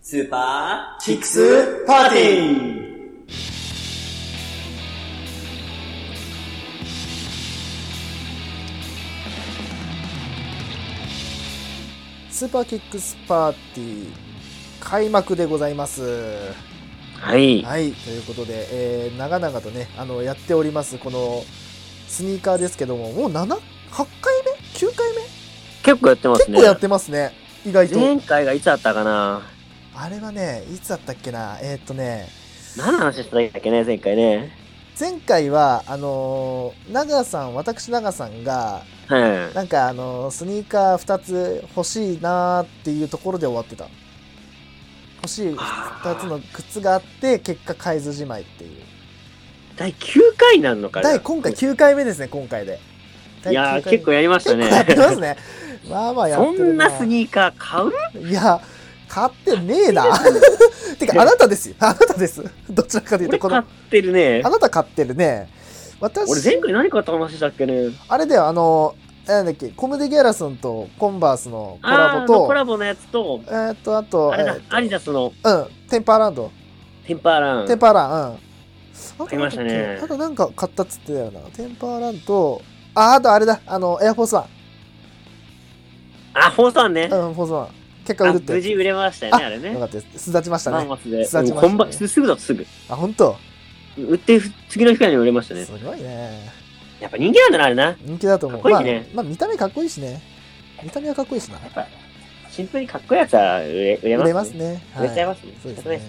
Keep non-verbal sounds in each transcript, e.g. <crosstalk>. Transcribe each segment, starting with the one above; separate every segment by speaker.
Speaker 1: スーパー
Speaker 2: キックスパーティー
Speaker 3: スーパーキックスパーティー開幕でございます。
Speaker 4: はい。
Speaker 3: はい、ということで、えー長々とね、あの、やっております、この、スニーカーですけども、もう7、8回目 ?9 回目
Speaker 4: 結構やってます
Speaker 3: 結
Speaker 4: ね。
Speaker 3: 構やってますね。意外と。
Speaker 4: 前回がいつあったかな
Speaker 3: あれはね、いつだったっけなえーっとね、
Speaker 4: 何の話したんだっけね、前回ね。
Speaker 3: 前回は、あのー、長さん、私長さんが、
Speaker 4: はい。
Speaker 3: なんかあのー、スニーカー2つ欲しいなーっていうところで終わってた。欲しい2つの靴があって、結果買えずじまいっていう。
Speaker 4: 第9回になるのかな
Speaker 3: 第今回9回目ですね、今回で。
Speaker 4: いやー、結構
Speaker 3: や
Speaker 4: やりました
Speaker 3: やって
Speaker 4: ね。
Speaker 3: ますね。まあまあや
Speaker 4: そ
Speaker 3: ってる
Speaker 4: ん
Speaker 3: な。
Speaker 4: なスニーカー買う
Speaker 3: いや、買ってねえ
Speaker 4: <laughs>
Speaker 3: な。てか、あなたですよ。あなたです。どちらかというと、
Speaker 4: 俺
Speaker 3: こ
Speaker 4: 買
Speaker 3: の
Speaker 4: っ、てるね
Speaker 3: あ。なた買ってるね。私、
Speaker 4: 俺前回何買った話したっけね
Speaker 3: あれだよ、あの、なんだっけ、コムデ・ギャラソンとコンバースのコラ
Speaker 4: あーあ
Speaker 3: ボ
Speaker 4: の
Speaker 3: と
Speaker 4: コ、ラボのやつと、
Speaker 3: えーっと、あと、
Speaker 4: あ
Speaker 3: え
Speaker 4: れだ
Speaker 3: ー、
Speaker 4: アリダスの
Speaker 3: うん、テンパーランド。
Speaker 4: テンパーラン。
Speaker 3: テンパーラン、うん。あ
Speaker 4: 買いましたね
Speaker 3: あとなんか買ったっつってたよな。テンパーランと、あ、あとあれだ、あの、エアフォースワン。
Speaker 4: あ、フォーサンね。
Speaker 3: うん、フォースワン。結果
Speaker 4: あ
Speaker 3: 売るって。
Speaker 4: 無事売れましたよね、
Speaker 3: あ
Speaker 4: あれ
Speaker 3: よ
Speaker 4: ね
Speaker 3: か。ったです。巣立ちました
Speaker 4: マン
Speaker 3: ね。
Speaker 4: マスで。
Speaker 3: 巣立ちましたね
Speaker 4: コンバすぐだとすぐ。
Speaker 3: あ、本当。
Speaker 4: 売って次の日からに売れましたね
Speaker 3: す。ごいね。
Speaker 4: やっぱ人気なんだな、あれな。
Speaker 3: 人気だと思う。
Speaker 4: かっこいいね
Speaker 3: まあ、まあ、見た目かっこいいしね。見た目はかっこいいしな。
Speaker 4: シンプルにかっこいいやつは売れ売れ
Speaker 3: 売
Speaker 4: ます
Speaker 3: れ
Speaker 4: ね。
Speaker 3: ますね。
Speaker 4: 売れちゃいますね。
Speaker 3: そうです
Speaker 4: 仕方ない
Speaker 3: ね。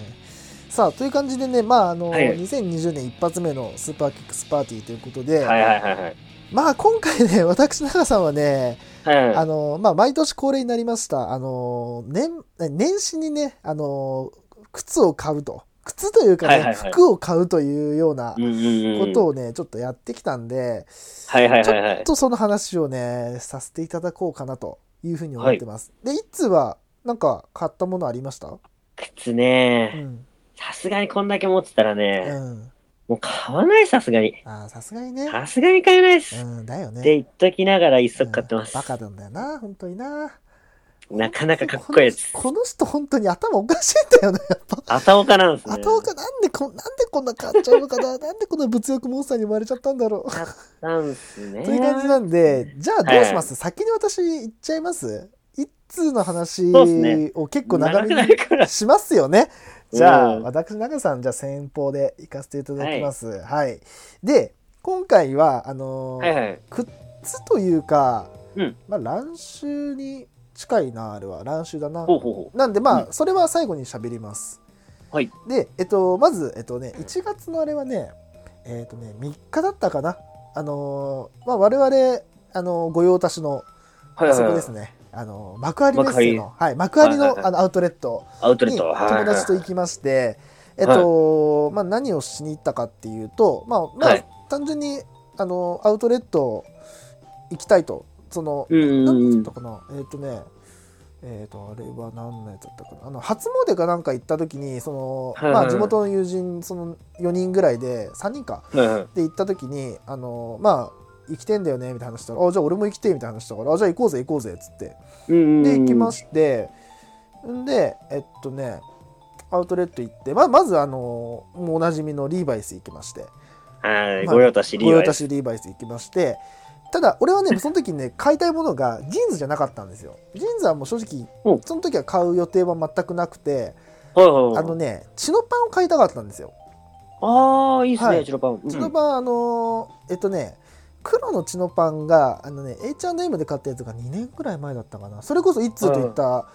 Speaker 3: さあ、という感じでね、まあ、あの、
Speaker 4: はい
Speaker 3: 2020年一発目のスーパーキックスパーティーということで、
Speaker 4: はいはいはいはい。
Speaker 3: まあ、今回ね、私、長さんはね、
Speaker 4: はい、
Speaker 3: あの、まあ、毎年恒例になりました、あの、年、年始にね、あの、靴を買うと。靴というかね、
Speaker 4: はいはいはい
Speaker 3: 服を買うというような
Speaker 4: うんうんう
Speaker 3: こ
Speaker 4: ん
Speaker 3: とをね、ちょっとやってきたんで、
Speaker 4: はいはい
Speaker 3: ち
Speaker 4: はいは
Speaker 3: ょっ
Speaker 4: い。
Speaker 3: とその話をね、させていただこうかなというふうに思ってます。で、いつは、なんか買ったものありました
Speaker 4: 靴
Speaker 3: う
Speaker 4: ね。
Speaker 3: ん。
Speaker 4: さすがにこんだけ持ってたら
Speaker 3: う
Speaker 4: ね、
Speaker 3: ん。
Speaker 4: もう買わないさすがに。
Speaker 3: ああ、さすがにね。
Speaker 4: さすがに買えないっす。
Speaker 3: うん、だよね。
Speaker 4: って言っときながら一足買ってま
Speaker 3: うん
Speaker 4: す
Speaker 3: バ。カなんだよな、本当にな。
Speaker 4: なかなかかっこいいやつ。
Speaker 3: このこの人本当に頭おかしいんだよな、やっぱ。
Speaker 4: あたおかなんですね。
Speaker 3: 後岡なんでこん、なんでこんな買っちゃうのかな <laughs> なんでこんな物欲モンスターに生まれちゃったんだろう。
Speaker 4: なんすね。
Speaker 3: という感じなんで、じゃあどうします、先に私言っちゃいます一通の話
Speaker 4: そうっすね
Speaker 3: を結構長
Speaker 4: 長
Speaker 3: め
Speaker 4: く
Speaker 3: に
Speaker 4: なるから。
Speaker 3: しますよね。じゃあ、
Speaker 4: うん
Speaker 3: 私、長さん、じゃあ先方で行かせていただきます。はい。で、今回は、あのー
Speaker 4: はいはい。
Speaker 3: 靴というか、
Speaker 4: うん
Speaker 3: まあ、乱臭に近いな、あれは。乱臭だな。
Speaker 4: ほうほうほ
Speaker 3: なんで、まあ、それは最後に喋ります。
Speaker 4: はい。
Speaker 3: で、えっと、まず、えっとね、1月のあれはね、えっとね、3日だったかな。あのーまあ、我々、あのー御用達の、
Speaker 4: う。はい
Speaker 3: あ
Speaker 4: はい
Speaker 3: そこ
Speaker 4: は
Speaker 3: で
Speaker 4: い
Speaker 3: す。ね。あのー幕張メッセの、はい、幕張
Speaker 4: はいはいは
Speaker 3: の
Speaker 4: い
Speaker 3: あのアウトレット。
Speaker 4: アウトレッ
Speaker 3: に
Speaker 4: ト。はいは
Speaker 3: 友
Speaker 4: いはい
Speaker 3: 達と行きまして、えっと、まあ何をしに行ったかっていうと、まあ、ま
Speaker 4: は
Speaker 3: あ
Speaker 4: い、
Speaker 3: 単純に、あの、アウトレット行きたいと、その、
Speaker 4: うんう
Speaker 3: なん
Speaker 4: ん
Speaker 3: て
Speaker 4: う
Speaker 3: 言っ
Speaker 4: ん
Speaker 3: た。かな、えっとね、えっと、あれは何のやつだったかな、あの、初詣かなんか行った時に、そ
Speaker 4: はい
Speaker 3: の、
Speaker 4: はい
Speaker 3: まあ地元の友人、その4人ぐらいで、3人か、
Speaker 4: はいはい
Speaker 3: で行った時に、あの、まあ、生きてんだよねみたいな話したら、あ、じゃあ俺も生きてみたいな話したから、あ、じゃあ行こうぜ行こうぜっつって、
Speaker 4: うんうんうん。
Speaker 3: で行きま
Speaker 4: し
Speaker 3: してんでえっとねアウトレット行ってままずあのもうおなじみのリーバイス行きまして
Speaker 4: た。はい。
Speaker 3: まあ
Speaker 4: ご用達理
Speaker 3: 御
Speaker 4: 由
Speaker 3: 用達リーバイス行きましてただ俺はねその時にね買いたいものがジーンズじゃなかったんですよジーンズはもう正直
Speaker 4: うん
Speaker 3: その時は買う予定は全くなくて
Speaker 4: はいはいはい。
Speaker 3: あのねチノパンを買いたかったんですよ
Speaker 4: ああ、いいです
Speaker 3: は
Speaker 4: ね、
Speaker 3: い
Speaker 4: チロパン。うん
Speaker 3: チノパンあのーえっとね黒のチノパンがあのね H&M で買ったやつが2年くらい前だったかなそれこそ一通といった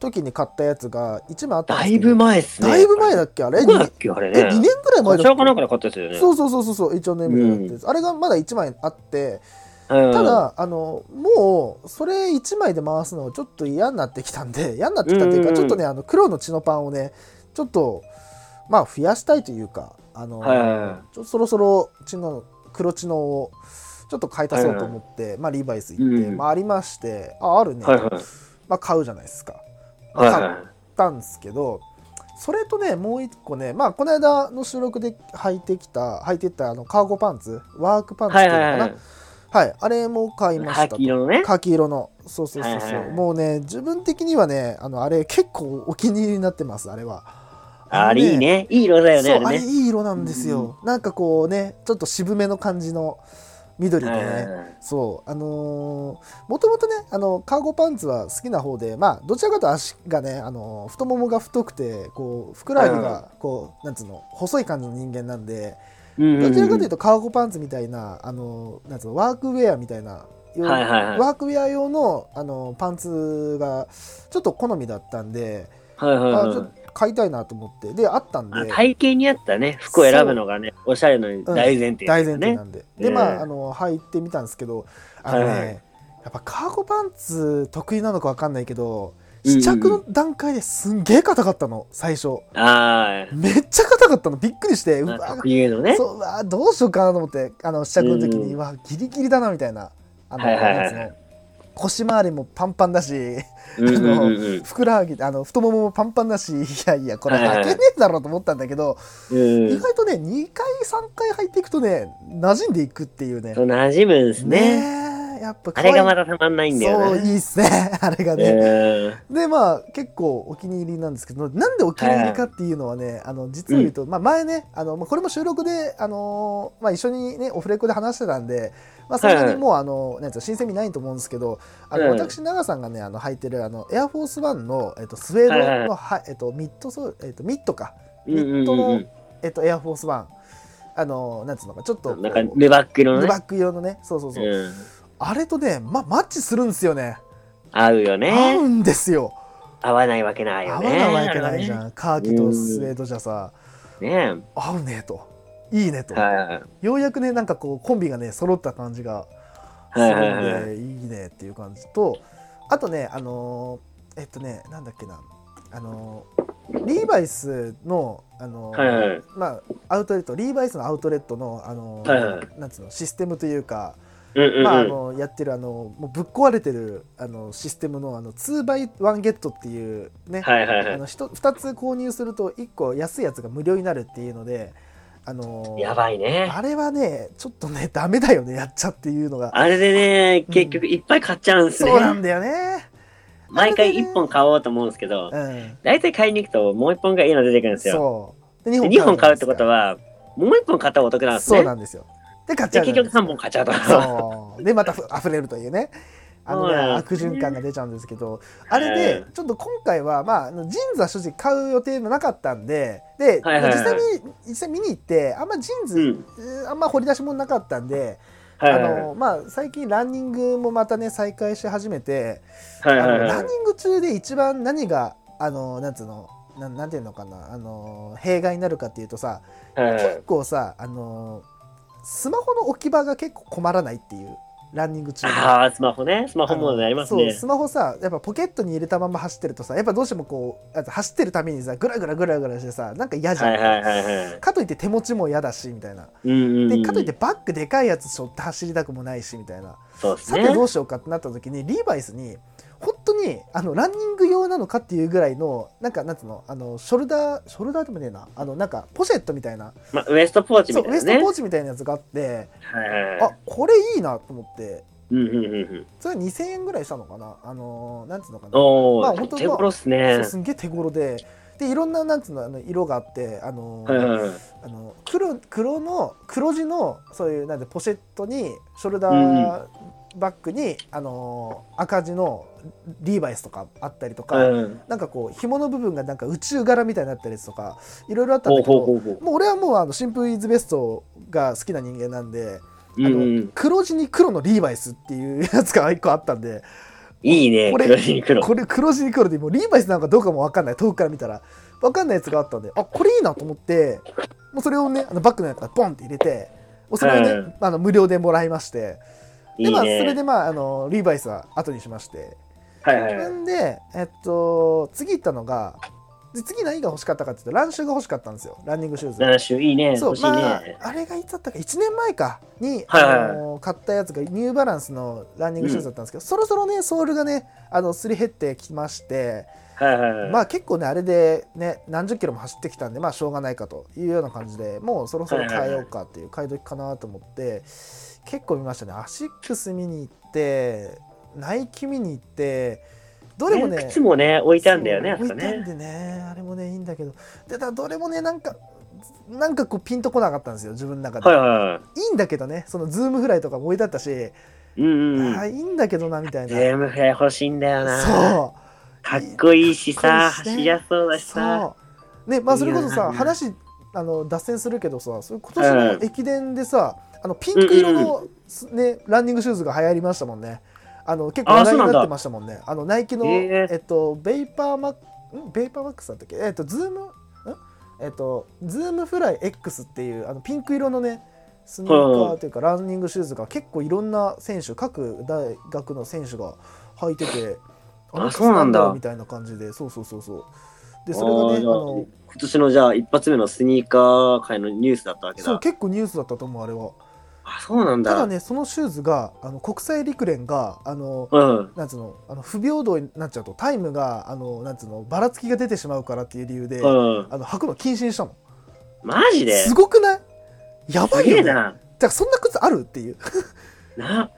Speaker 3: 時に買ったやつが1枚あったん
Speaker 4: だ
Speaker 3: ですけ
Speaker 4: い
Speaker 3: ど
Speaker 4: ぶ前っすね。
Speaker 3: だいぶ前だっけあれ
Speaker 4: どこだっけあれ
Speaker 3: え、2年
Speaker 4: ね。
Speaker 3: ぐらい前
Speaker 4: こち
Speaker 3: だ
Speaker 4: ら
Speaker 3: っ
Speaker 4: かなんかで買ったやつだよ
Speaker 3: け
Speaker 4: ね。。
Speaker 3: そううそうそうそうそう、H&M でやってるやつあれがまだ1枚あって、た
Speaker 4: た、
Speaker 3: だ、あの、もう、それ1枚で回すのちょっと嫌になってきたんで、 <laughs> 嫌になってきたっていう
Speaker 4: うんう
Speaker 3: か、
Speaker 4: んうん
Speaker 3: ちょっとね、あの、黒の血のパンをね、ちょっと、まあ、増やしたいというか、あの、
Speaker 4: はいはいはい
Speaker 3: ちょそろそろ血の、黒血のを、ちょっと買い足そうと思って、まあ、リーバイス行って、
Speaker 4: うんうん
Speaker 3: まあ、ありまして、あ、あるね、
Speaker 4: はいはい。
Speaker 3: まあ、買うじゃないですか。ま
Speaker 4: はい
Speaker 3: あ
Speaker 4: は
Speaker 3: 買
Speaker 4: い
Speaker 3: っ。ったんですけどそれとねもう一個ねまあこの間の収録で履いてきた履いてったあのカーゴパンツワークパンツって
Speaker 4: はいいう
Speaker 3: のか
Speaker 4: は
Speaker 3: な、
Speaker 4: いはい。
Speaker 3: はい、あれも買いました
Speaker 4: 柿
Speaker 3: と。
Speaker 4: 色の <laughs> ね。
Speaker 3: 柿色の。そうそうそうそう、
Speaker 4: はいはいはい
Speaker 3: もうね、自分的にはね、あの、あれ結構お気に入りになってます、あれは。
Speaker 4: あれいいね。いい色だよね、
Speaker 3: そう、
Speaker 4: あ
Speaker 3: あ
Speaker 4: れ
Speaker 3: れ
Speaker 4: ね。
Speaker 3: いい色なんですよ。なんかこうね、ちょっと渋めの感じの緑でね。
Speaker 4: う
Speaker 3: そうあのー、もともとねあのカーゴパンツは好きな方でまあどちらかというと足がね、あのー太ももが太くてこうふくらはぎがこう、なんつうの細い感じの人間なんで
Speaker 4: ん
Speaker 3: どちらかという
Speaker 4: と、
Speaker 3: とカーゴパンツみたいな、あのーなんつうのワークウェアみたいな、よう
Speaker 4: はいはいはい
Speaker 3: ワークウェア用の、あのーパンツがちょっと好みだったんで、
Speaker 4: はいはい
Speaker 3: あ
Speaker 4: は
Speaker 3: ちょっ
Speaker 4: い
Speaker 3: と買いたいなと思ってであったん
Speaker 4: あ
Speaker 3: で。
Speaker 4: 体型に合ったね、服を選ぶのがね、おしゃれの大前提だ
Speaker 3: 大
Speaker 4: よ
Speaker 3: 前
Speaker 4: ね。
Speaker 3: 提なんで、でま
Speaker 4: ね
Speaker 3: ああの履いてみたんですけどあのね、
Speaker 4: はいはい
Speaker 3: やっぱカーゴパンツ得意なのかわかんないけど
Speaker 4: うんうん
Speaker 3: 試着の段階ですんげえ硬かったの最初
Speaker 4: ああ、
Speaker 3: めっちゃ硬かったのびっくりしてうわ
Speaker 4: なんか冬のね。
Speaker 3: そううわどうしようかなと思ってあの試着の時に、
Speaker 4: う
Speaker 3: うんわギリギリだなみたいなあの、
Speaker 4: はいはいはい
Speaker 3: なんつうの腰回りもパンパンだし
Speaker 4: うんうんうんうん
Speaker 3: ふくらはぎあの太もももパンパンだしいやいやこれ
Speaker 4: はいはい
Speaker 3: 履けねえだろうと思ったんだけど、
Speaker 4: うん
Speaker 3: 意外とね2回3回入っていくとね馴染んでいくっていうね
Speaker 4: そう馴染むんですね。
Speaker 3: えやっぱ可
Speaker 4: あ
Speaker 3: 愛い
Speaker 4: れがまたたまんないんだよ
Speaker 3: そうい
Speaker 4: ね。
Speaker 3: いっすねあれがね、
Speaker 4: うん
Speaker 3: でまあ結構お気に入りなんですけどなんでお気に入りかっていうのはねあの実を言うと、まあ、前ねあのまあこれも収録で、あのーまあ、一緒にねオフレコで話してたんで、まあ、そんなにもう、あのなんつうの新鮮味ないと思うんですけどあの、
Speaker 4: うん
Speaker 3: 私長さんがねあの履いてるあのエアフォースワンの、えっと、スウェー
Speaker 4: はいはい
Speaker 3: ド
Speaker 4: はい
Speaker 3: の、はえっと、ミッドソール、えっと、ミッドか
Speaker 4: うんうん
Speaker 3: ニット
Speaker 4: うん
Speaker 3: のえっと、エアフォースワン、あのなんつうのか、ちょっと
Speaker 4: う
Speaker 3: こ
Speaker 4: ん。
Speaker 3: う、
Speaker 4: なんか、ルバックの
Speaker 3: ル
Speaker 4: ね。
Speaker 3: バック色のね、そうそうそう、
Speaker 4: うん
Speaker 3: あれとね、ま、マッチするんですよね。
Speaker 4: 合うよ
Speaker 3: 合
Speaker 4: ね。
Speaker 3: うんですよ。
Speaker 4: 合わないわけない
Speaker 3: 合
Speaker 4: よ
Speaker 3: わ
Speaker 4: ね。
Speaker 3: ないわけないじゃん、カーキとスウェードじゃさ、
Speaker 4: ねね
Speaker 3: 合うねと、いいねと、
Speaker 4: はいはい
Speaker 3: ようやくね、なんかこう、コンビがね、揃った感じがす
Speaker 4: は
Speaker 3: る
Speaker 4: い
Speaker 3: の
Speaker 4: はいはい。
Speaker 3: で、いいねっていう感じと、あとね、あのーえっとね、なんだっけな、あのーリーバイスの、あのー
Speaker 4: はいはい。
Speaker 3: まあ、アウトレットリーバイスのアウトレットのあの、
Speaker 4: はいはい
Speaker 3: なんつうのシステムというか、
Speaker 4: うんうんうん。
Speaker 3: まあ、あのやってるあのもうぶっ壊れてるあのシステムのあの 2x1 ゲットっていうね、
Speaker 4: はいはい
Speaker 3: あ
Speaker 4: は
Speaker 3: のひと2つ購入すると1個安いやつが無料になるっていうのであの
Speaker 4: い。やばいね。
Speaker 3: あれはねちょっとねダメだよねやっちゃっていうのが、
Speaker 4: あれでね、
Speaker 3: うん
Speaker 4: 結局いっぱい買っちゃうんすね
Speaker 3: そう。なんだよね、
Speaker 4: 毎回1本買おうと思うんですけど、
Speaker 3: うん、
Speaker 4: 大体買いに行くともう1本がいいの出てくるんですよ。
Speaker 3: そうで
Speaker 4: で
Speaker 3: じ
Speaker 4: 2
Speaker 3: ゃないです
Speaker 4: 本
Speaker 3: か
Speaker 4: 買うってことは、もう1本買った方がお得なんです
Speaker 3: そう
Speaker 4: ね。
Speaker 3: なんですよで買っち
Speaker 4: で
Speaker 3: ゃうじ
Speaker 4: 結
Speaker 3: ゃない
Speaker 4: 局3本買っちゃうと。 <laughs>
Speaker 3: そう。で、またふ溢れるというね。あのね、
Speaker 4: そうなんで
Speaker 3: 悪
Speaker 4: すね
Speaker 3: 循環が出ちゃうんですけど、あれで
Speaker 4: う、
Speaker 3: ちょっと今回は、まああの、ジーンズは正直買う予定もなかったんで、で、
Speaker 4: はいはいはい
Speaker 3: 実際に、実際見に行って、あんまジーンズ、
Speaker 4: うん
Speaker 3: えーあんま掘り出し物なかったんで、
Speaker 4: はい
Speaker 3: あ
Speaker 4: はいはい
Speaker 3: の、まあ、最近ランニングもまたね、再開し始めて、
Speaker 4: はいはい
Speaker 3: あの
Speaker 4: は
Speaker 3: ラ
Speaker 4: い
Speaker 3: ンニング中で一番何が、あの、なんつうの、なんなんていうのかな、あの、弊害になるかっていうとさ、
Speaker 4: はいはい
Speaker 3: 結構さあのースマホの置き場が結構困らないっていうランニング中に
Speaker 4: ああ、スマホね。スマホもなります
Speaker 3: あの
Speaker 4: ね
Speaker 3: そう。スマホさやっぱポケットに入れたまま走ってるとさやっぱどうしてもこうあと走ってるためにさグラグラグラグラしてさなんか嫌じゃ
Speaker 4: は
Speaker 3: ん、
Speaker 4: いはいはいはい。
Speaker 3: かといって手持ちも嫌だしみたいな
Speaker 4: うんうんうん
Speaker 3: でかといってバッグでかいやつ背負って走りたくもないしみたいな、
Speaker 4: そうです
Speaker 3: さ
Speaker 4: ね
Speaker 3: て。どうしようかってなった時にリーバイスに本当にあのランニング用なのかっていうぐらいのなんかなんつうのあのショルダーショルダーでもねえなあのなんかポシェットみたいな
Speaker 4: まあ、ウエストポーチ
Speaker 3: そ
Speaker 4: み
Speaker 3: うウエ
Speaker 4: たいな
Speaker 3: スト
Speaker 4: ね
Speaker 3: ポー。チみたいなやつがあって
Speaker 4: はいはいはい
Speaker 3: あ。これいいなと思って
Speaker 4: うんうんうんうん。
Speaker 3: それは2000円ぐらいしたのかなあのーなんつうのかな、
Speaker 4: お
Speaker 3: まあ
Speaker 4: お、
Speaker 3: 本当
Speaker 4: 手頃っすね
Speaker 3: そう。すんげえ手頃ででいろんななんつうのあの色があってあのー
Speaker 4: はいはいはい。
Speaker 3: あの黒黒の黒地のそういうなんでポシェットにショルダーバッグに、あのー赤字のリーバイスとかあったりとか、
Speaker 4: うん
Speaker 3: なんかこう紐の部分がなんか宇宙柄みたいになったりとかいろいろあったんだ
Speaker 4: ほう
Speaker 3: けど
Speaker 4: ほうほうほう。
Speaker 3: もう俺はもうあのシンプルイズベストが好きな人間なんで。
Speaker 4: うん
Speaker 3: あ
Speaker 4: うん
Speaker 3: の。黒地に黒のリーバイスっていうやつが一個あったんで
Speaker 4: いいね、
Speaker 3: これ
Speaker 4: 黒字に黒。
Speaker 3: これ黒地に黒でもうリーバイスなんかどうかも分かんない遠くから見たら分かんないやつがあったんであこれいいなと思ってもうそれをねあのバッグの中からポンって入れてもうそれをね、
Speaker 4: うん
Speaker 3: あの無料でもらいましてで
Speaker 4: いい
Speaker 3: まあ、それ
Speaker 4: ね
Speaker 3: で。まああのリーバイスは後にしまして
Speaker 4: はいはいはい。
Speaker 3: んで、えっと、次行ったのがで次何が欲しかったかっていうとランシュが欲しかったんですよランニングシューズ
Speaker 4: 7種、いいね。
Speaker 3: そ
Speaker 4: 欲
Speaker 3: う、
Speaker 4: しい
Speaker 3: まあ
Speaker 4: ね。、
Speaker 3: あれがいつだったか、1年前かに、
Speaker 4: はいはいはい
Speaker 3: あのー買ったやつがニューバランスのランニングシューズだったんですけど、そろそろね、ソールがね、あのすり減ってきまして、
Speaker 4: はいはいはい。
Speaker 3: まあ結構ねあれでね何十キロも走ってきたんでまあしょうがないかというような感じでもうそろそろ変えようかっていう買い時かなと思って結構見ましたねアシックス見に行ってナイキ見に行ってどれもね
Speaker 4: 靴もね、置いたんだよね、あ
Speaker 3: そ
Speaker 4: そうこ
Speaker 3: 置いたん
Speaker 4: ね。
Speaker 3: でねあれもねいいんだけどでだどれもねなんかなんかこうピンとこなかったんですよ自分の中で、、
Speaker 4: はいはい
Speaker 3: いんだけどねそのズームフライとかも置いてあったし、
Speaker 4: い。うんうん。
Speaker 3: あいいんだけどなみたいな、
Speaker 4: 全部フライ欲しいんだよな。
Speaker 3: そう
Speaker 4: かっこいいしさ、
Speaker 3: かっこいいしね
Speaker 4: 走りやすそうだしさ。
Speaker 3: そうねまあそれこそ
Speaker 4: いや
Speaker 3: さ
Speaker 4: ー
Speaker 3: 話あの脱線するけどさそれ今年の駅伝でさ、あのピンク色の、ね、ランニングシューズが流行りましたもんねあの結構
Speaker 4: あー
Speaker 3: 話題に
Speaker 4: そう
Speaker 3: な
Speaker 4: な
Speaker 3: っ
Speaker 4: ん
Speaker 3: て
Speaker 4: だ
Speaker 3: ましたもんねあのナイキの、
Speaker 4: へー
Speaker 3: えっとベイパーマんベイパーマックスだったっけえっとズームんえっとズームフライ X っていうあのピンク色のねスニーカーというかランニングシューズが結構いろんな選手各大学の選手が履いてて
Speaker 4: あ
Speaker 3: の靴
Speaker 4: そうなんだ
Speaker 3: ろみたいな感じでそうそうそうそうでそれがね
Speaker 4: あ
Speaker 3: あ
Speaker 4: ーじゃあ
Speaker 3: の
Speaker 4: 今年のじゃあ一発目のスニーカー界のニュースだったわけだ。
Speaker 3: そう結構ニュースだったと思うあれは
Speaker 4: あ、そうなんだ。
Speaker 3: ただねそのシューズがあの国際陸連があの
Speaker 4: うん。
Speaker 3: なんつうのあの不平等になっちゃうとタイムがあのなんつうのばらつきが出てしまうからっていう理由で、
Speaker 4: うん。
Speaker 3: あの履くの禁止にしたの
Speaker 4: マジです
Speaker 3: ごくないやば
Speaker 4: す
Speaker 3: い
Speaker 4: げ
Speaker 3: よ
Speaker 4: え
Speaker 3: ねだか
Speaker 4: な。
Speaker 3: らそんな靴あるっていう <laughs>
Speaker 4: な。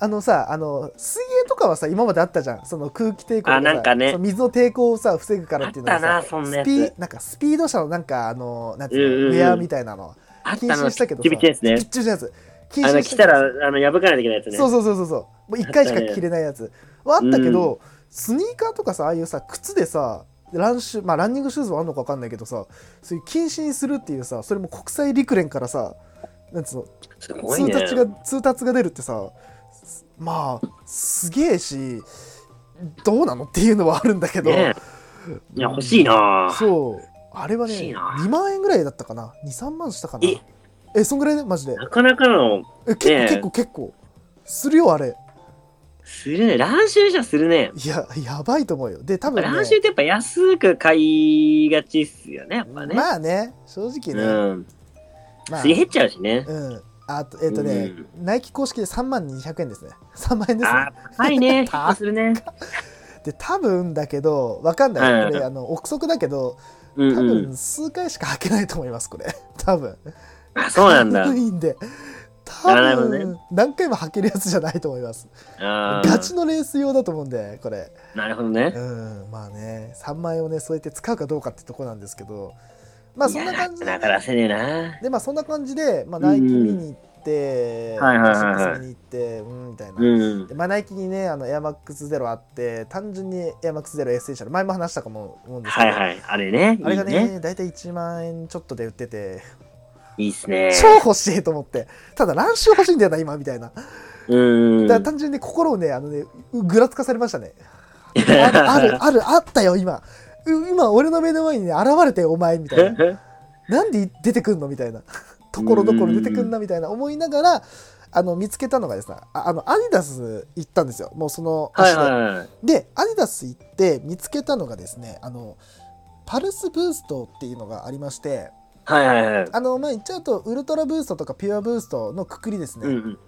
Speaker 3: あのさあの水泳とかはさ今まであったじゃんその空気抵抗とかさ
Speaker 4: あなんかね
Speaker 3: その水の抵抗をさ防ぐからっていうのが
Speaker 4: あ
Speaker 3: さ
Speaker 4: ったなそんなやつ
Speaker 3: スピなんかスピード車のなんかあのなんつう
Speaker 4: うんうん
Speaker 3: の
Speaker 4: うん
Speaker 3: ウェアみたいなの
Speaker 4: あった
Speaker 3: 禁止
Speaker 4: の、
Speaker 3: したけど
Speaker 4: ピッチピチです
Speaker 3: ピ
Speaker 4: ね
Speaker 3: ッ。チのやつ禁
Speaker 4: あの、
Speaker 3: 止し
Speaker 4: 来
Speaker 3: た
Speaker 4: た
Speaker 3: けどさ
Speaker 4: ら、あの、破かないといけないやつね。
Speaker 3: そうそうそうそうそうもう1回しか着れないやつはあったけど、スニーカーとかさああいうさ靴でさランシュまあランニングシューズはあるのか分かんないけどさそういう禁止にするっていうさそれも国際陸連からさなんつうの
Speaker 4: すごい
Speaker 3: 通
Speaker 4: ね。
Speaker 3: 達が通達が出るってさすまあすげえしどうなのっていうのはあるんだけど、
Speaker 4: ねえいや、欲しいな。
Speaker 3: そうあれはね
Speaker 4: 欲しいな
Speaker 3: 2万円ぐらいだったかな23万したかな
Speaker 4: え
Speaker 3: えそんぐらいねマジで
Speaker 4: なかなかの、
Speaker 3: え結構、
Speaker 4: ねえ
Speaker 3: 結構結構するよあれ
Speaker 4: するね。乱収者するね。
Speaker 3: いややばいと思うよで多分、ね、
Speaker 4: 乱収ってやっぱ安く買いがちっすよね、やっぱね。
Speaker 3: まあね正直ね、
Speaker 4: うん。
Speaker 3: まあ
Speaker 4: すり減っちゃうしね。
Speaker 3: うんあとえっ、とね、ナイキ公式で3万200円ですね3万円 <laughs> ですね
Speaker 4: あ、高
Speaker 3: <laughs>
Speaker 4: いね。
Speaker 3: 高っ
Speaker 4: するね。
Speaker 3: で多分だけどわかんない、
Speaker 4: はい
Speaker 3: これあの憶測だけど
Speaker 4: う
Speaker 3: 多
Speaker 4: んうん。
Speaker 3: 分数回しか履けないと思いますこれ <laughs> 多分
Speaker 4: あ、そうなんだ。
Speaker 3: <laughs> いいんで多
Speaker 4: なるほどね
Speaker 3: 分何回も履けるやつじゃないと思います
Speaker 4: あ
Speaker 3: ガチのレース用だと思うんでこれ
Speaker 4: あ。なるほどね
Speaker 3: う。んまあね3万円をねそうやって使うかどうかってとこなんですけどまあそんな感じ
Speaker 4: い
Speaker 3: で
Speaker 4: やなかなか出せねえな。
Speaker 3: でまあそんな感じで、まあ、
Speaker 4: うんうん
Speaker 3: ナイキ見に行って、
Speaker 4: はいはいはいはい
Speaker 3: マックス見に行ってうんみたいな、
Speaker 4: うん。
Speaker 3: でまあ、ナイキにねあのエアマックスゼロあって単純にエアマックスゼロエッセンシャル前も話したかも思うんですけ
Speaker 4: は
Speaker 3: ど、
Speaker 4: いはい。あれね。
Speaker 3: あれが
Speaker 4: いいね。
Speaker 3: ね大体1万円ちょっとで売ってて
Speaker 4: いいっすね。
Speaker 3: 超欲しいと思ってただ乱視欲しいんだよな今みたいなだか
Speaker 4: うん。
Speaker 3: ら単純に心をねあのねうぐらつかされましたねあるあ
Speaker 4: <laughs>
Speaker 3: るあるあったよ今う今俺の目の前にね現れてお前みた
Speaker 4: <laughs>
Speaker 3: いななんで出てくんのみたいな <laughs> ところどころ出てくんなみたいな思いながらあの見つけたのがですねああのアディダス行ったんですよもうその足
Speaker 4: はい
Speaker 3: で、
Speaker 4: は
Speaker 3: でアディダス行って見つけたのがですねあのパルスブーストっていうのがありまして
Speaker 4: い。はいはいはい。
Speaker 3: あのまあ言っちゃうとウルトラブーストとかピュアブーストのくくりですね、
Speaker 4: うんうん。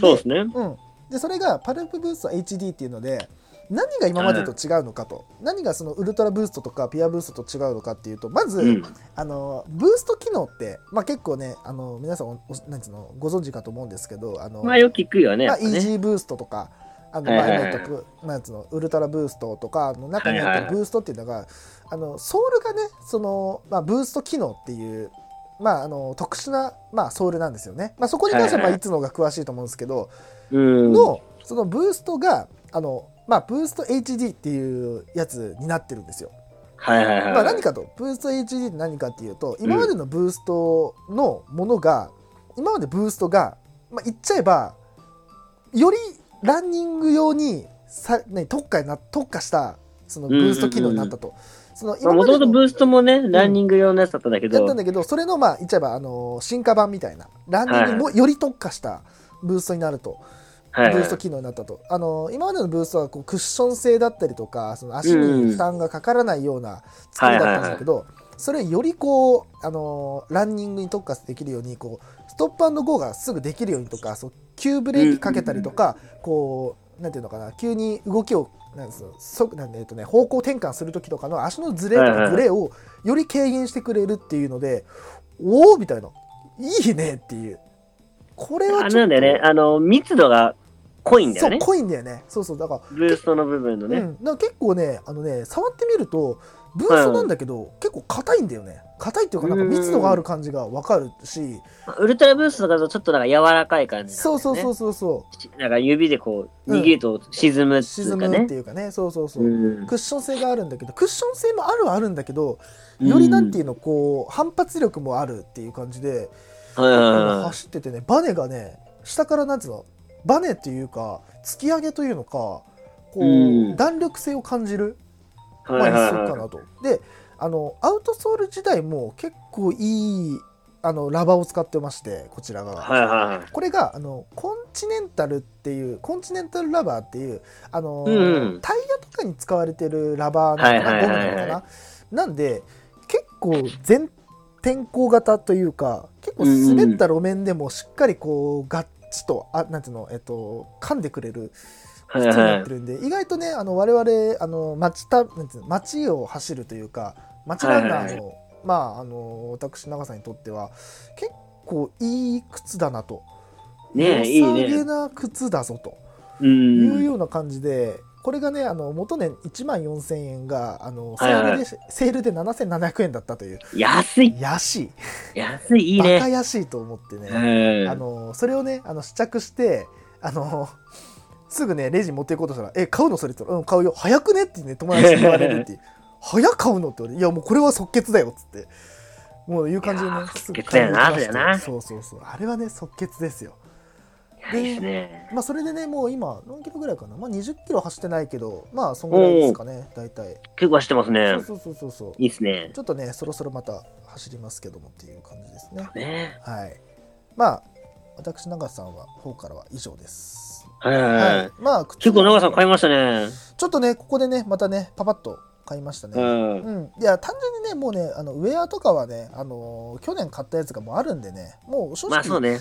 Speaker 4: そうですね。
Speaker 3: うん、でそれがパルプブースト HD っていうので何が今までと違うのかと、何がそのウルトラブーストとかピュアブーストと違うのかっていうとまず、
Speaker 4: うん。
Speaker 3: あのブースト機能って、まあ、結構ねあの皆さんおおなんつうのご存知かと思うんですけどあの、
Speaker 4: まあよく聞くよね。
Speaker 3: ま
Speaker 4: や
Speaker 3: あ
Speaker 4: っ
Speaker 3: イ
Speaker 4: ぱ
Speaker 3: ージ
Speaker 4: ね
Speaker 3: ーブーストとかあの、
Speaker 4: はいはいはい
Speaker 3: まあなんとくなんつうのウルトラブーストとかの中に
Speaker 4: はい
Speaker 3: あ
Speaker 4: は
Speaker 3: っ
Speaker 4: い
Speaker 3: た
Speaker 4: はい
Speaker 3: ブーストっていうのが、あのソールがねその、まあ、ブースト機能っていう、まあ、あの特殊な、まあ、ソールなんですよね、まあ、そこに関しては、
Speaker 4: はいはい
Speaker 3: まあ、いつの方が詳しいと思うんですけど、
Speaker 4: うん。
Speaker 3: のそのブーストがあの、まあ、ブースト HD っていうやつになってるんですよ。
Speaker 4: はいはいはい。
Speaker 3: まあ、何かとブースト HD って何かっていうと今までのブーストのものが、今までブーストが、まあ、言っちゃえばよりランニング用にさ、ね、特化な特化したそのブースト機能になったと。その
Speaker 4: まあ
Speaker 3: 今
Speaker 4: も
Speaker 3: ま
Speaker 4: と
Speaker 3: で
Speaker 4: もとブ
Speaker 3: の
Speaker 4: ーストもね、ランニング用のやつだったんだけ
Speaker 3: や
Speaker 4: ど、
Speaker 3: ったんだけどそれのまあ言っちゃえばあの進化版みたいなランニングにもより特化したブーストになると
Speaker 4: はい
Speaker 3: ブー
Speaker 4: はい
Speaker 3: スト機能になったと、あの今までのブーストはこうクッション性だったりとかその足に負担がかからないような作りだったんだけど、それをよりこうあのランニングに特化できるようにこうストップゴーがすぐできるようにとかそう急ブレーキかけたりとか、こうなんていうのかな急に動きをなんですよそなんでえっとね、方向転換する時とかの足のズレとかグレをより軽減してくれるっていうので、おおみたいな、いいねっていう。これはちょっ
Speaker 4: あれ
Speaker 3: と
Speaker 4: なんだよね、あの、密度が濃いんだよ
Speaker 3: そう
Speaker 4: ね。
Speaker 3: 濃いんだよね。そうそう、だから
Speaker 4: ブーストの部分の
Speaker 3: う
Speaker 4: ね。
Speaker 3: ん、なんか結構ねあのね触ってみるとブーストなんだけど、結構硬いんだよね硬いっていうかなんか密度がある感じが分かるし、
Speaker 4: ウルトラブーストだとちょっとなんか柔らかい感じ、ね。
Speaker 3: そうそうそうそうそ
Speaker 4: なんか指でこ
Speaker 3: う
Speaker 4: う、
Speaker 3: ん
Speaker 4: 握ると沈む
Speaker 3: う
Speaker 4: ってい
Speaker 3: 沈
Speaker 4: うか
Speaker 3: むっ
Speaker 4: ね
Speaker 3: て。いうかねそうそうそう、
Speaker 4: うん
Speaker 3: クッション性があるんだけどクッション性もあるはあるんだけどよりなんていうのこう反発力もあるっていう感じで、
Speaker 4: うんはいはいはい
Speaker 3: 走っててねバネがね下からなんつうのバネっていうか突き上げというのかこう、
Speaker 4: うん
Speaker 3: 弾力性を感じるまあ
Speaker 4: はい
Speaker 3: 一
Speaker 4: はい
Speaker 3: 緒か
Speaker 4: はい
Speaker 3: なと。であのアウトソール自体も結構いいあのラバーを使ってましてこちらが。
Speaker 4: はいはいはい
Speaker 3: これがあのコンチネンタルっていうコンチネンタルラバーっていうあの、
Speaker 4: うんうん
Speaker 3: タイヤとかに使われてるラバーなのか
Speaker 4: は
Speaker 3: ないゴ
Speaker 4: はい
Speaker 3: ム
Speaker 4: はいはい
Speaker 3: なのかななんで結構全天候型というか結構滑った路面でもしっかりこうガッチとあなんていうの、えっと、噛んでくれる靴に
Speaker 4: はい
Speaker 3: な
Speaker 4: は
Speaker 3: っ
Speaker 4: い
Speaker 3: てるんで、意外とねあの我々あの街たなんていうの街を走るというか街ランナ
Speaker 4: はい
Speaker 3: ー
Speaker 4: はい
Speaker 3: の、まああの私長さんにとっては結構いい靴だなと。
Speaker 4: ねえいいね
Speaker 3: 良さげな靴だぞと
Speaker 4: う
Speaker 3: いうんような感じで、これがねあの元年1万4000円があのセ
Speaker 4: はい
Speaker 3: ールで、
Speaker 4: はい
Speaker 3: セールで7700円だったという
Speaker 4: 安い
Speaker 3: 安い
Speaker 4: 安いいい
Speaker 3: バカ
Speaker 4: ね
Speaker 3: 安いと思ってね、
Speaker 4: うん
Speaker 3: あのそれをねあの試着してあのすぐねレジ持っていこうとしたら「え買うのそれ?」って言ったら「うん買うよ早くね」ってね友達に言われる
Speaker 4: <laughs>
Speaker 3: っていう「早買うの?」って俺いやもうこれは即決だよ」っつってもういう感じで
Speaker 4: いや
Speaker 3: ね
Speaker 4: ー
Speaker 3: す
Speaker 4: 即決だよな
Speaker 3: 買いに行きました
Speaker 4: それな
Speaker 3: そうそうそうあれはね即決ですよ
Speaker 4: いいですね
Speaker 3: まあそれでねもう今何キロぐらいかなまあ20キロ走ってないけどまあそんぐらいですかね大体
Speaker 4: 結構走ってますね
Speaker 3: そうそうそうそうそう
Speaker 4: いいですね
Speaker 3: ちょっとねそろそろまた走りますけどもっていう感じですね
Speaker 4: ね
Speaker 3: はい。まあ、私、長さんは、方からは以上です。
Speaker 4: はいはい
Speaker 3: は
Speaker 4: はい
Speaker 3: い。まあ、
Speaker 4: 結構長さん買
Speaker 3: い
Speaker 4: いましたね
Speaker 3: ちょっとね、ここでね、またね、パパッと買いました
Speaker 4: う
Speaker 3: ね。
Speaker 4: ん
Speaker 3: うん。いや、単純にね、もうね、あの、ウェアとかはね、あのー去年買ったやつがもうあるんでね、もう正直、
Speaker 4: まあそうね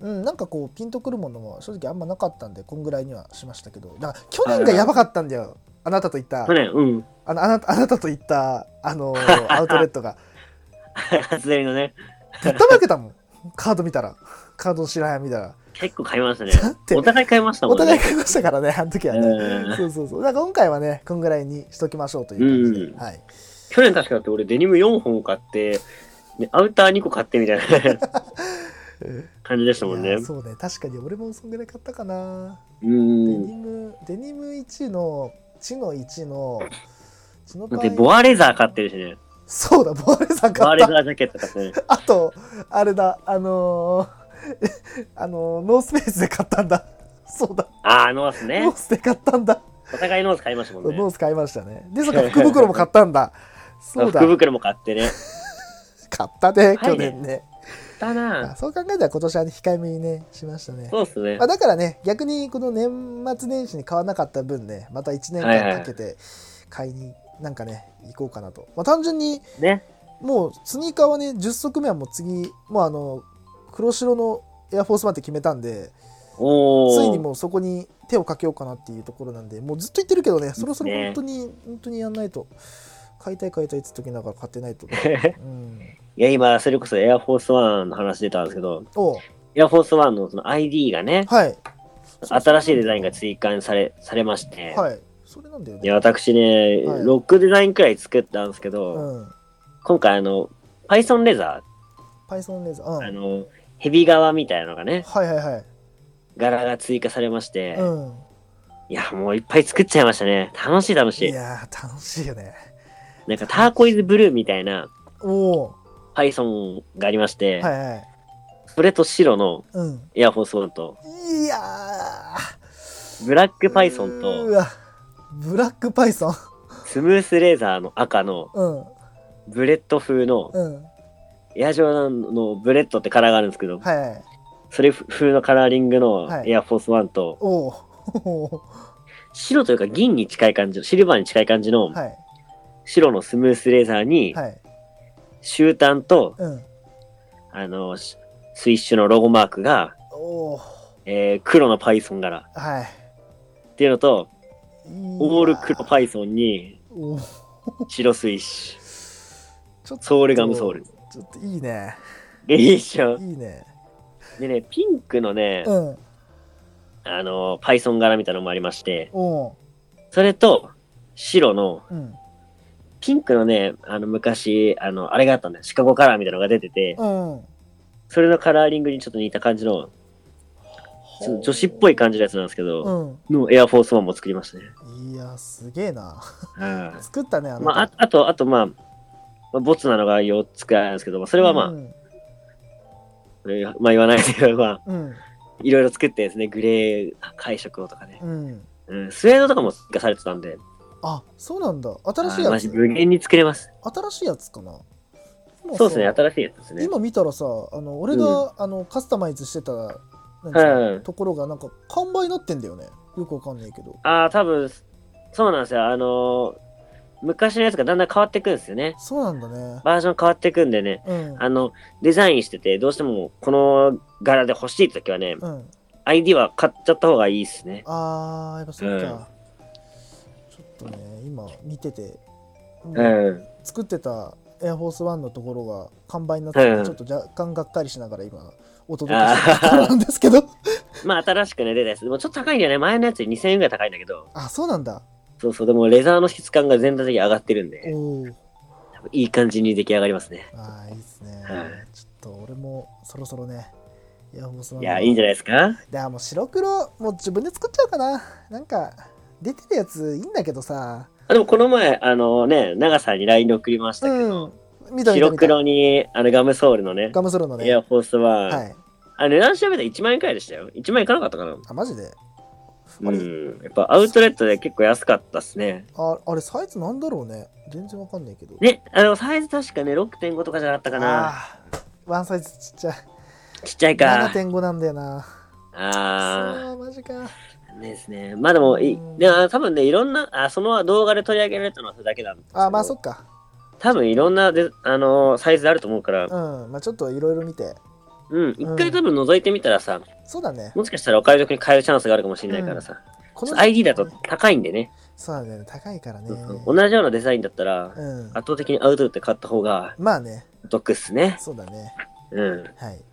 Speaker 3: うん、なんかこう、ピンとくるものも正直あんまなかったんで、こんぐらいにはしましたけど、だから、去年がやばかったんだよ。あなたと行った
Speaker 4: 去、年うん
Speaker 3: あの、あなた、あなたと行った、あのーアウトレット
Speaker 4: <laughs>
Speaker 3: が、
Speaker 4: 初売りのね
Speaker 3: ぶったまけたもん。カード見たら、カードの白髪見たら。
Speaker 4: 結構買いましたね
Speaker 3: だって
Speaker 4: お互い買いましたも
Speaker 3: お
Speaker 4: んね
Speaker 3: 互い買いましたからね、 <laughs> あの時はね。
Speaker 4: うん
Speaker 3: そうそうそう。だから今回はね、こんぐらいにしときましょうという感じで。
Speaker 4: うん
Speaker 3: はい。
Speaker 4: 去年確かだって俺デニム4本買ってねアウター2個買ってみたいな
Speaker 3: <laughs>
Speaker 4: 感じでしたもん
Speaker 3: い
Speaker 4: ね
Speaker 3: やそうね、確かに俺もそんぐらい買ったかな。
Speaker 4: う
Speaker 3: デ
Speaker 4: ん
Speaker 3: ニム、デニム1の、チの1の、チの
Speaker 4: だっ
Speaker 3: パ
Speaker 4: て
Speaker 3: イ。
Speaker 4: ボアレザー買ってるしね
Speaker 3: そうだ、ボアレさん
Speaker 4: ボア
Speaker 3: 買
Speaker 4: レ
Speaker 3: っ
Speaker 4: ザ
Speaker 3: た。
Speaker 4: ージャケット買ってね
Speaker 3: あと、あれだ、あのー <laughs> あのーノースペースで買ったんだ。そうだ、
Speaker 4: ああ、ノース
Speaker 3: ノ
Speaker 4: ね
Speaker 3: ー。スで買ったんだ。
Speaker 4: お互いノース買いましたもん
Speaker 3: そう
Speaker 4: ね。
Speaker 3: ノース買いましたね。で、そっか、福袋も買ったん
Speaker 4: <laughs>
Speaker 3: だ。そうだ
Speaker 4: 福、袋も買ってね。
Speaker 3: 買ったね、
Speaker 4: はい
Speaker 3: 去年ね。
Speaker 4: だ
Speaker 3: あ
Speaker 4: な。
Speaker 3: そう考えたら今年はね控えめにねしましたね、
Speaker 4: そうっすね
Speaker 3: まあ、。だからね逆にこの年末年始に買わなかった分ねまた1年
Speaker 4: はいはい
Speaker 3: 間かけて買いになんかね行こうかなと、まあ、単純に
Speaker 4: ね。
Speaker 3: もうスニーカーはね10足目はもう次もうあの黒白のエアフォースワンって決めたんで
Speaker 4: お
Speaker 3: ついに
Speaker 4: ー。
Speaker 3: もうそこに手をかけようかなっていうところなんでもうずっと言ってるけどねそろそろ
Speaker 4: ね
Speaker 3: 本当に、本当にやんないと買いたい買いたいっつっときながら買ってないと、
Speaker 4: <laughs>
Speaker 3: うん、
Speaker 4: いや、今、それこそエアフォースワンの話出たんですけど、
Speaker 3: おう
Speaker 4: エアフォースワンのその ID がね、
Speaker 3: はい
Speaker 4: 新しいデザインが追加され、されまして、
Speaker 3: はいそれなんだよ
Speaker 4: い
Speaker 3: ね
Speaker 4: や、私ね、
Speaker 3: はい
Speaker 4: ロックデザインくらい作ったんですけど、
Speaker 3: うん
Speaker 4: 今回、あの、Python レザ
Speaker 3: パイソンレーザー。うん、
Speaker 4: ー、あの、ヘビ側みたいなのがね、
Speaker 3: はいはいはい。
Speaker 4: 柄が追加されまして、
Speaker 3: うん。
Speaker 4: いや、もういっぱい作っちゃいましたね。楽しい楽し
Speaker 3: い
Speaker 4: い。
Speaker 3: やー、楽しいよね。
Speaker 4: なんか、ターコイズブルーみたいな、
Speaker 3: おお。
Speaker 4: Python がありまして、
Speaker 3: はいはい。
Speaker 4: それと白の
Speaker 3: うん。
Speaker 4: エアフォースワンと、
Speaker 3: いや
Speaker 4: ブラック
Speaker 3: ー。
Speaker 4: パイソン
Speaker 3: う
Speaker 4: と、
Speaker 3: わ。ブラックパイソン。
Speaker 4: スムースレーザーの赤の、
Speaker 3: うん。
Speaker 4: ブレッド風の、
Speaker 3: うん。
Speaker 4: エアジョーダンのブレッドってカラーがあるんですけど、
Speaker 3: はいはい。
Speaker 4: それ風のカラーリングの
Speaker 3: はい
Speaker 4: エアフォースワンと、
Speaker 3: おお。お
Speaker 4: 白というか銀に近い感じ、シルバーに近い感じの
Speaker 3: ー <laughs> はい。
Speaker 4: 白のスムースレーザーに、
Speaker 3: はい。
Speaker 4: シュータンと、
Speaker 3: うん。
Speaker 4: あの、スイッシュのロゴマークが、
Speaker 3: おお。
Speaker 4: えー黒のパイソン柄
Speaker 3: はい。
Speaker 4: っていうのと、オール黒パイソンに
Speaker 3: おー
Speaker 4: 白スイッシュ、
Speaker 3: ちょっと
Speaker 4: ソウルガムソウル。
Speaker 3: ちょっといいね
Speaker 4: で、いいっしょ。
Speaker 3: いいね
Speaker 4: でね、ピンクのね、
Speaker 3: うん
Speaker 4: あの、パイソン柄みたいなのもありまして、
Speaker 3: お
Speaker 4: それと、白の、
Speaker 3: ーうん
Speaker 4: ピンクのね、あの、昔、あの、あれがあったんだよ。シカゴカラーみたいなのが出てて、
Speaker 3: うん
Speaker 4: それのカラーリングにちょっと似た感じの、ちょ女子っぽい感じのやつなんですけど、
Speaker 3: う
Speaker 4: のエアフォースワンも作りましたね。
Speaker 3: んいやすげえな
Speaker 4: はい
Speaker 3: 作ったねあの
Speaker 4: まあ、ああと、あと、まあ、まあ、ボツなのが4つくらいあるんですけど、まあ、それはまあ、
Speaker 3: うん
Speaker 4: えーまあ言わないですけど、まあ、
Speaker 3: うん
Speaker 4: いろいろ作ってですね、グレー解釈をとかね、
Speaker 3: うん
Speaker 4: うん、スウェードとかもがされてたんで、
Speaker 3: あそうなんだ
Speaker 4: あ
Speaker 3: 新しい
Speaker 4: ー
Speaker 3: や
Speaker 4: マジ
Speaker 3: つ
Speaker 4: 無限に作れます。
Speaker 3: 新しいやつかな今さ
Speaker 4: そうですね、新しいやつですね。
Speaker 3: 今見たらさあの俺が、あのカスタマイズしてたなんつうの
Speaker 4: はい
Speaker 3: ところがなんか完売になってんだよねよくわかんないけど
Speaker 4: ああ、多分、そうなんですよ。あのー昔のやつがだんだん変わってくんですよね。
Speaker 3: そうなんだね
Speaker 4: バージョン変わってくんでね、
Speaker 3: うん
Speaker 4: あの、デザインしてて、どうしてもこの柄で欲しいときはね、
Speaker 3: うん
Speaker 4: ID は買っちゃった方がいいですね。
Speaker 3: あーやっぱそっか、ちょっとね今見てて、うん
Speaker 4: うん。
Speaker 3: 作ってたエアフォースワンのところが完売になってて、
Speaker 4: うん
Speaker 3: ちょっと若干がっかりしながら今お届けしてるところなんですけ
Speaker 4: <laughs>
Speaker 3: ど
Speaker 4: まあ、新しくね、出たやつ。でもちょっと高いんだよね。前のやつより2000円ぐらい高いんだけど。
Speaker 3: あそうなんだ
Speaker 4: そうそう。でも、レザーの質感が全体的に上がってるんで、
Speaker 3: おお
Speaker 4: 多分いい感じに出来上がりますね。
Speaker 3: あーいいですね、
Speaker 4: はい
Speaker 3: ちょっと俺もそろそろねエアフォースワン
Speaker 4: いや、いいんじゃないですか
Speaker 3: いやもう白黒もう自分で作っちゃうかななんか出てるやついいんだけどさ
Speaker 4: あでも、この前、あのね、長さんに LINE で送りましたけど、
Speaker 3: うん見た見た
Speaker 4: 白
Speaker 3: 見た
Speaker 4: 黒に、あの、ガムソールのね、
Speaker 3: ガムソロのね
Speaker 4: エアフォースは、
Speaker 3: はい
Speaker 4: あ値段調べたら1万円くらいでしたよ。1万円いかなかったかな。
Speaker 3: あマジであ
Speaker 4: う
Speaker 3: れ
Speaker 4: ん。やっぱ、アウトレットで結構安かったっすね。
Speaker 3: ああれサイズなんだろうね全然わかんないけど
Speaker 4: ね、あの、サイズ確かね、6.5とかじゃなかったかな。
Speaker 3: あーワンサイズちっちゃい
Speaker 4: ちっちゃいか。
Speaker 3: 7.5なんだよな
Speaker 4: あー。
Speaker 3: そうマジか
Speaker 4: ねですね。まあでも、い
Speaker 3: うん
Speaker 4: でも多分ね、いろんな、あその動画で取り上げられたのはそれだけなんですけど
Speaker 3: あまあそっか
Speaker 4: 多分いろんなで、あのーサイズあると思うから、
Speaker 3: うんまあちょっといろいろ見て
Speaker 4: うん、一回多分覗いてみたらさ、
Speaker 3: そうだね
Speaker 4: もしかしたらお買い得に買えるチャンスがあるかもしれないからさ、
Speaker 3: こ
Speaker 4: ちょっと ID だと高いんでね、
Speaker 3: そうなんだよね高いからね
Speaker 4: うん同じようなデザインだったら、
Speaker 3: うん
Speaker 4: 圧倒的にアウトドアって買った方が
Speaker 3: まあね
Speaker 4: お得っすね。
Speaker 3: そうだね
Speaker 4: うん。
Speaker 3: はい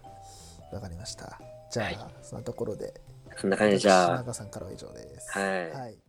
Speaker 3: わかりましたじゃあ、
Speaker 4: はい
Speaker 3: そんなところで
Speaker 4: そんな感じじゃあ
Speaker 3: 中さんからは以上です。
Speaker 4: はい
Speaker 3: はい